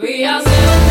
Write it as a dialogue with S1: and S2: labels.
S1: We are still.